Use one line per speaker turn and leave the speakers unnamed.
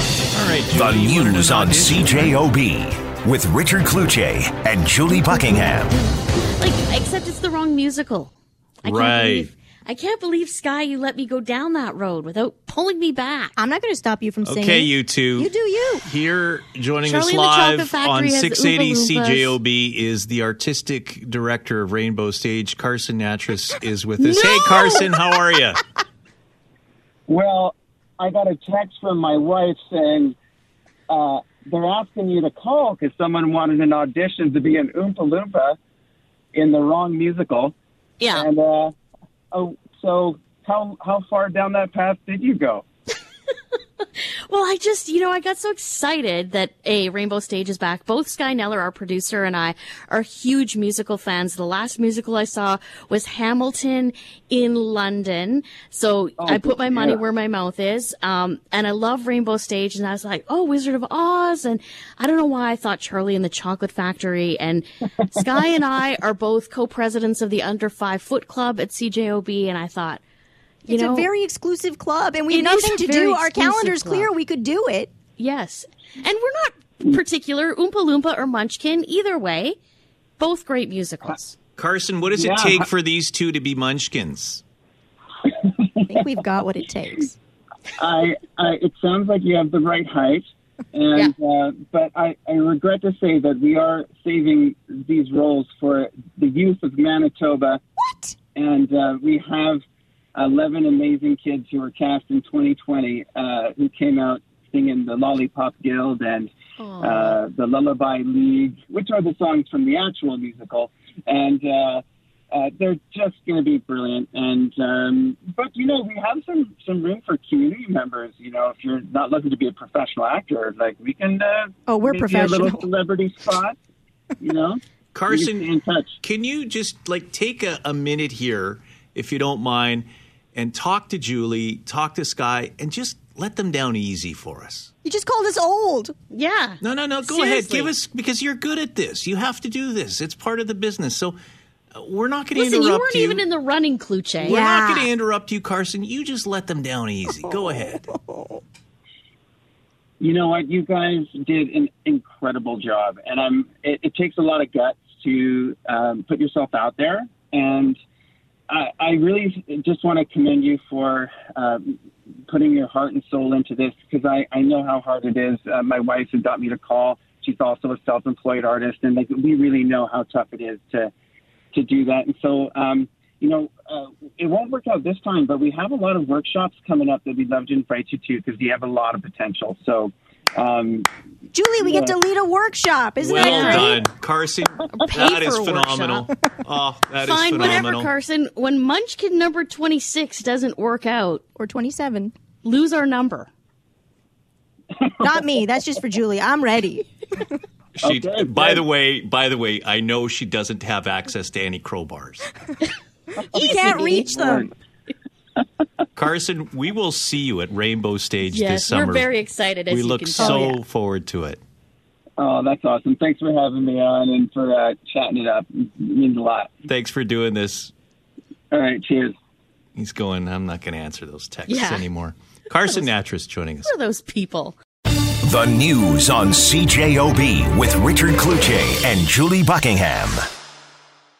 right, Judy,
The
what are we
news
not
on
hitting?
CJOB with Richard Kluche and Julie Buckingham.
Like, except it's the wrong musical. I
Right.
Can't believe, I can't believe, Sky, you let me go down that road without pulling me back.
I'm not going to stop you from singing.
Okay, you two.
You do you.
Here, joining us
Charlie and the Chocolate
live
Factory
on
has
680
Oompa Loompas.
CJOB is the artistic director of Rainbow Stage. Carson Natras is with us. Hey, Carson, how are you?
Well, I got a text from my wife saying uh, they're asking you to call because someone wanted an audition to be an Oompa Loompa in the wrong musical.
yeah.
And uh, oh, so how how far down that path did you go?
Well, I just, you know, I got so excited that a Rainbow Stage is back. Both Sky Neller, our producer, and I are huge musical fans. The last musical I saw was Hamilton in London. So
Oh,
I put my money
yeah.
where my mouth is. Um, and I love Rainbow Stage. And I was like, oh, Wizard of Oz. And I don't know why I thought Charlie and the Chocolate Factory. And Sky and I are both co-presidents of the Under Five Foot Club at CJOB. And I thought, you
It's
know,
a very exclusive club, and we
It
have
is a
nothing to
very
do. Our
exclusive
calendar's
club.
clear. We could do it.
Yes. And we're not particular, Oompa Loompa or Munchkin, either way. Both great musicals.
Carson, what does
Yeah.
it take for these two to be munchkins?
I think we've got what it takes.
I, I it sounds like you have the right height, and uh, but I, I regret to say that we are saving these roles for the youth of Manitoba.
What?
and uh, we have 11 amazing kids who were cast in 2020 uh, who came out singing the Lollipop Guild and uh, the Lullaby League, which are the songs from the actual musical, and uh, uh, they're just going to be brilliant. And um, but you know we have some some room for community members. You know if you're not looking to be a professional actor, like we can. Uh,
Oh, we're
make you A little
professional.
celebrity spot. You know, We can
Carson,
stay in touch.
Can you just like take a, a minute here, if you don't mind, and talk to Julie, talk to Sky, and just let them down easy for us?
You just called us old.
Yeah.
No, no, no. Go ahead.
Seriously.
Give us because you're good at this. You have to do this. It's part of the business. So uh, we're not going to
Listen,
interrupt
you weren't
you.
even in the running, Cluche.
we're not
Yeah.
going to interrupt you, Carson. You just let them down easy.
Oh.
Go ahead.
you know what you guys did an incredible job and i'm it, it takes a lot of guts to um, put yourself out there and i, I really just want to commend you for um, putting your heart and soul into this because I, I know how hard it is uh, my wife had got me to call she's also a self-employed artist and like we really know how tough it is to to do that. And so, um, you know, uh, it won't work out this time, but we have a lot of workshops coming up that we'd love to invite you to because you have a lot of potential. So, um,
Julie, we get to lead a workshop. Isn't
well
that great?
done, Carson.
pay
That
for
is
a
phenomenal. Oh, that is
Fine,
phenomenal.
whatever, Carson. When Munchkin number 26 doesn't work out,
Or 27.
lose our number.
Not me. That's just for Julie. I'm ready.
She,
Okay,
by
good.
the way, by the way, I know she doesn't have access to any crowbars.
You can't reach them.
Carson, we will see you at Rainbow Stage this
Yes,
summer.
we're very excited as
we
you
look
can
so
tell.
forward to it.
oh, that's awesome. Thanks for having me on and for uh, chatting it up. It means a lot.
Thanks for doing this.
All right. Cheers.
He's going, I'm not going to answer those texts
Yeah.
anymore. Carson Natras joining us.
Who are those people?
The news on CJOB with Richard Kluche and Julie Buckingham.